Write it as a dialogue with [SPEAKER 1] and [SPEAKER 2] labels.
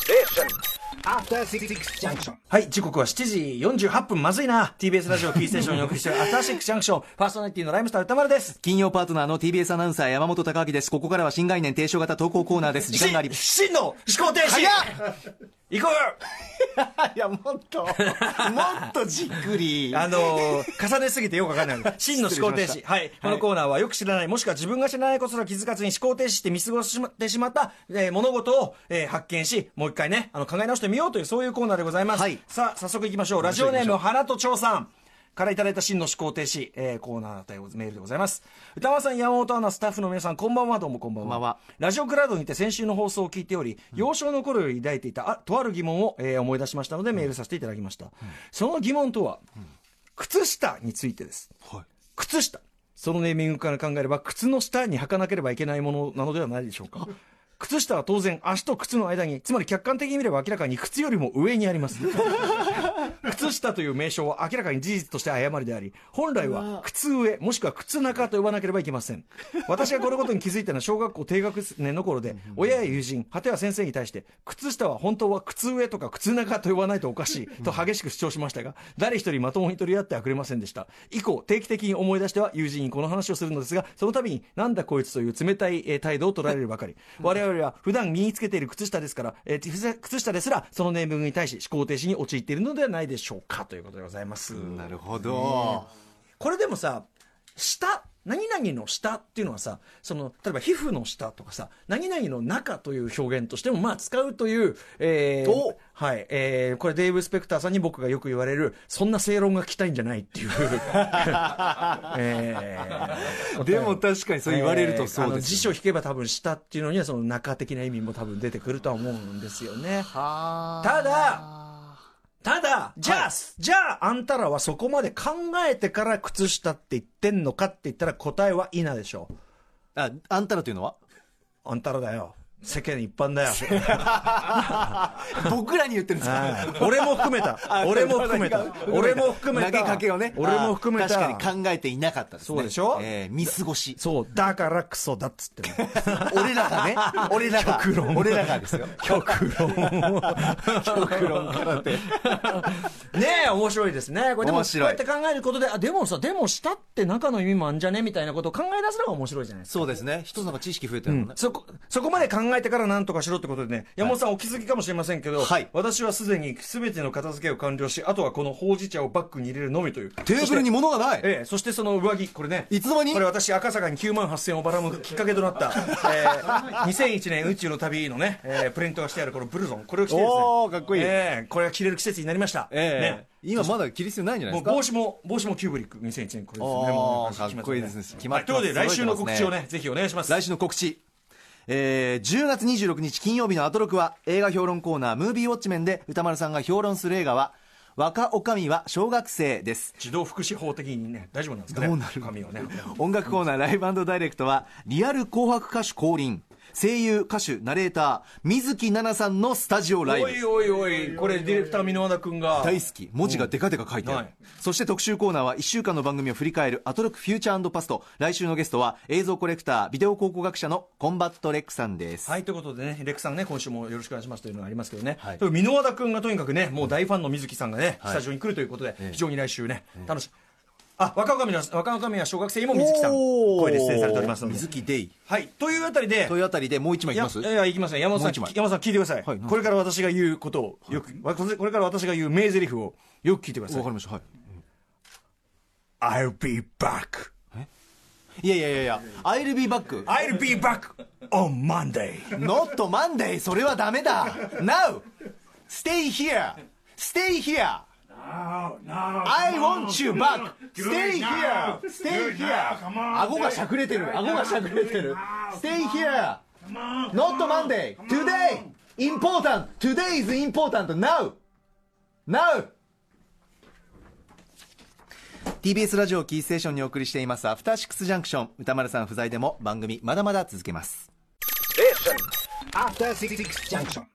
[SPEAKER 1] Station.
[SPEAKER 2] はい、時刻は7時48分、まずいな。TBS ラジオキーステーションにお送りしているアターシックスジャンクション、パーソナリティのライムスター歌丸です。
[SPEAKER 3] 金曜パートナーの TBS アナウンサー山本孝明です。ここからは新概念提唱型投稿コーナーです。時間があり。
[SPEAKER 2] し真の思考停止行こ
[SPEAKER 3] いや、もっと、もっとじっくり
[SPEAKER 2] うあのー重ねすぎてよくわかん ない。真の思考停
[SPEAKER 3] 失礼
[SPEAKER 2] 止。はい。このコーナーはよく知らない、もしくは自分が知らないことすら気づかずに思考停止して見過ごしてしまった、えー物事を、えー発見し、もう一回ね、あの、考え直してみようという、そういうコーナーでございます。
[SPEAKER 3] はい
[SPEAKER 2] さあ、早速行きましょう。ラジオネーム、花と蝶さん。からいただいた真の思考停止、えーコーナーでごメールでございます。歌丸さん、山本アナ、スタッフの皆さん、こんばんは、どうもこんばんは。
[SPEAKER 3] こんばんは
[SPEAKER 2] ラジオクラウドにて先週の放送を聞いており、幼少の頃より抱いていた、あとある疑問を、えー思い出しましたので、メールさせていただきました。その疑問とは、靴下についてです。靴下。そのネーミングから考えれば、靴の下に履かなければいけないものなのではないでしょうか。靴下は当然、足と靴の間に、つまり客観的に見れば明らかに靴よりも上にあり ます。 靴下という名称は明らかに事実として誤りであり、本来は靴上、もしくは靴中と呼ばなければいけません。私がこのことに気づいたのは小学校低学年の頃で、親や友人、果ては先生に対して、靴下は本当は靴上とか靴中と呼ばないとおかしいと激しく主張しましたが、誰一人まともに取り合ってはくれませんでした。以降、定期的に思い出しては友人にこの話をするのですが、その度になんだこいつという冷たいえー態度を取られるばかり。我々は普段身につけている靴下ですから、えーふざ靴下ですらそのネーミングに対し思考停止に陥っているのではないでしょうかということでございます。
[SPEAKER 3] なるほど。
[SPEAKER 2] これでもさ、下、何々の下っていうのはさ、その、例えば皮膚の下とかさ、何々の中という表現としても、まあ使うという、えー
[SPEAKER 3] お
[SPEAKER 2] はい、えーこれデーブ・スペクターさんに僕がよく言われる、そんな正論が聞きたいんじゃないっていう。えー
[SPEAKER 3] でも確かにそう言われるとそ
[SPEAKER 2] えーあ
[SPEAKER 3] う
[SPEAKER 2] の
[SPEAKER 3] です
[SPEAKER 2] 辞書引けば多分下っていうのには、その中的な意味も多分出てくるとは思うんですよね。
[SPEAKER 3] は
[SPEAKER 2] ただ、ただ、じゃあ、じゃあ、あんたらはそこまで考えてから靴下って言ってんのかって言ったら答えは否でしょう。
[SPEAKER 3] あ、あんたらというのは
[SPEAKER 2] あんたらだよ。世間一般だよ。
[SPEAKER 3] 僕らに言ってるんですか
[SPEAKER 2] はい俺も含め た。俺も含めた。俺も含めた。
[SPEAKER 3] 投げかけをね。
[SPEAKER 2] 俺も含めた。
[SPEAKER 3] あー確かに考えていなかったですね。
[SPEAKER 2] そうでしょ
[SPEAKER 3] えー見過ごし。
[SPEAKER 2] そう、だからクソだっつってんの。
[SPEAKER 3] 俺らがね。俺らが。
[SPEAKER 2] 極論
[SPEAKER 3] 俺らがですよ。
[SPEAKER 2] 極論。
[SPEAKER 3] 極論からって。
[SPEAKER 2] ねえ、面白いですね。これでも、
[SPEAKER 3] 面白い
[SPEAKER 2] こうやって考えることで、あ、でもさ、でも下って中の意味もあんじゃねみたいなことを考え出すのが面白いじゃないですか
[SPEAKER 3] そうですね。一つなんか知識増えてるもんね。
[SPEAKER 2] そこ、そこまで考えてから何とかしろってことでね、山本さんお気づきかもしれませんけど、
[SPEAKER 3] はい
[SPEAKER 2] 私はすでに全ての片付けを完了し、あとはこのほうじ茶をバッグに入れるのみという。
[SPEAKER 3] テーブルに物がない。
[SPEAKER 2] ええ、そしてその上着、これね。
[SPEAKER 3] いつの間に
[SPEAKER 2] これ私、赤坂に9万8000をばらむきっかけとな った、えー、2001年宇宙の旅のね、えープリントがしてあるこのブルゾン、これを着てですね。
[SPEAKER 3] おーかっこいい
[SPEAKER 2] ええこれが着れる季節になりました。
[SPEAKER 3] え
[SPEAKER 2] ね。
[SPEAKER 3] え今まだ切り捨てないんじゃない
[SPEAKER 2] も
[SPEAKER 3] で
[SPEAKER 2] う
[SPEAKER 3] すか
[SPEAKER 2] 帽子も、帽子もキューブリック、2001年、これですね。
[SPEAKER 3] おー
[SPEAKER 2] もうね
[SPEAKER 3] かっこいいですね決ま
[SPEAKER 2] は
[SPEAKER 3] っ
[SPEAKER 2] い、
[SPEAKER 3] て
[SPEAKER 2] とい
[SPEAKER 3] ます
[SPEAKER 2] うことで、来週の告知をね、ぜひお願いします。
[SPEAKER 3] 来週の告知。えー10月26日金曜日のアトロクは映画評論コーナームービーウォッチメンで歌丸さんが評論する映画は若女将は小学生です。
[SPEAKER 2] 児童福祉法的にね、大丈夫なんですかね。
[SPEAKER 3] どうなる
[SPEAKER 2] 髪をね。
[SPEAKER 3] 音楽コーナーライブダイレクトはリアル紅白歌手降臨。声優、歌手、ナレーター、水木奈々さんのスタジオライ
[SPEAKER 2] お
[SPEAKER 3] ブ。
[SPEAKER 2] いおいおい、これディレクター箕輪田君が。
[SPEAKER 3] 大好き文字がデカデカ書いてあ
[SPEAKER 2] は
[SPEAKER 3] る
[SPEAKER 2] い
[SPEAKER 3] そして特集コーナーは1週間の番組を振り返る「アトロックフューチャーパスト」来週のゲストは映像コレクタービデオ考古学者のコンバットレックさんです、
[SPEAKER 2] はい、ということでね、レクさんね、今週もよろしくお願いしますというのがありますけどね。
[SPEAKER 3] はい
[SPEAKER 2] と箕輪田君がとにかくね、もう大ファンの水木さんがね、スタジオに来るということで、
[SPEAKER 3] ええ
[SPEAKER 2] 非常に来週ね、楽しみ。あ、若女将の、若女将は小学生にも水木さん、
[SPEAKER 3] おー
[SPEAKER 2] 声で出演されておりますので。
[SPEAKER 3] 水木デイ
[SPEAKER 2] はい、というあたりで、
[SPEAKER 3] というあたりでもう一枚いきます
[SPEAKER 2] いやいや、いきません。山本さん、
[SPEAKER 3] もう一枚
[SPEAKER 2] 山本さん聞いてください,、
[SPEAKER 3] はい
[SPEAKER 2] これから私が言うことを、よく、わこれから私が言う名台詞を、よく聞いてくださ
[SPEAKER 3] わ
[SPEAKER 2] い
[SPEAKER 3] か。りましたはい
[SPEAKER 2] I'll be back.
[SPEAKER 3] いやいやいやいや「I'll be back
[SPEAKER 2] I'll be back on Monday.
[SPEAKER 3] not Monday それはダメだ Now stay here stay here I want you back Stay here Stay here 顎がしゃくれてる顎がしゃくれてる Stay here Not Monday Today Important Today is important Now Now TBS ラジオをキーステーションにお送りしていますアフターシックスジャンクション歌丸さん不在でも番組まだまだ続けます
[SPEAKER 1] Station.
[SPEAKER 4] After Six Junction.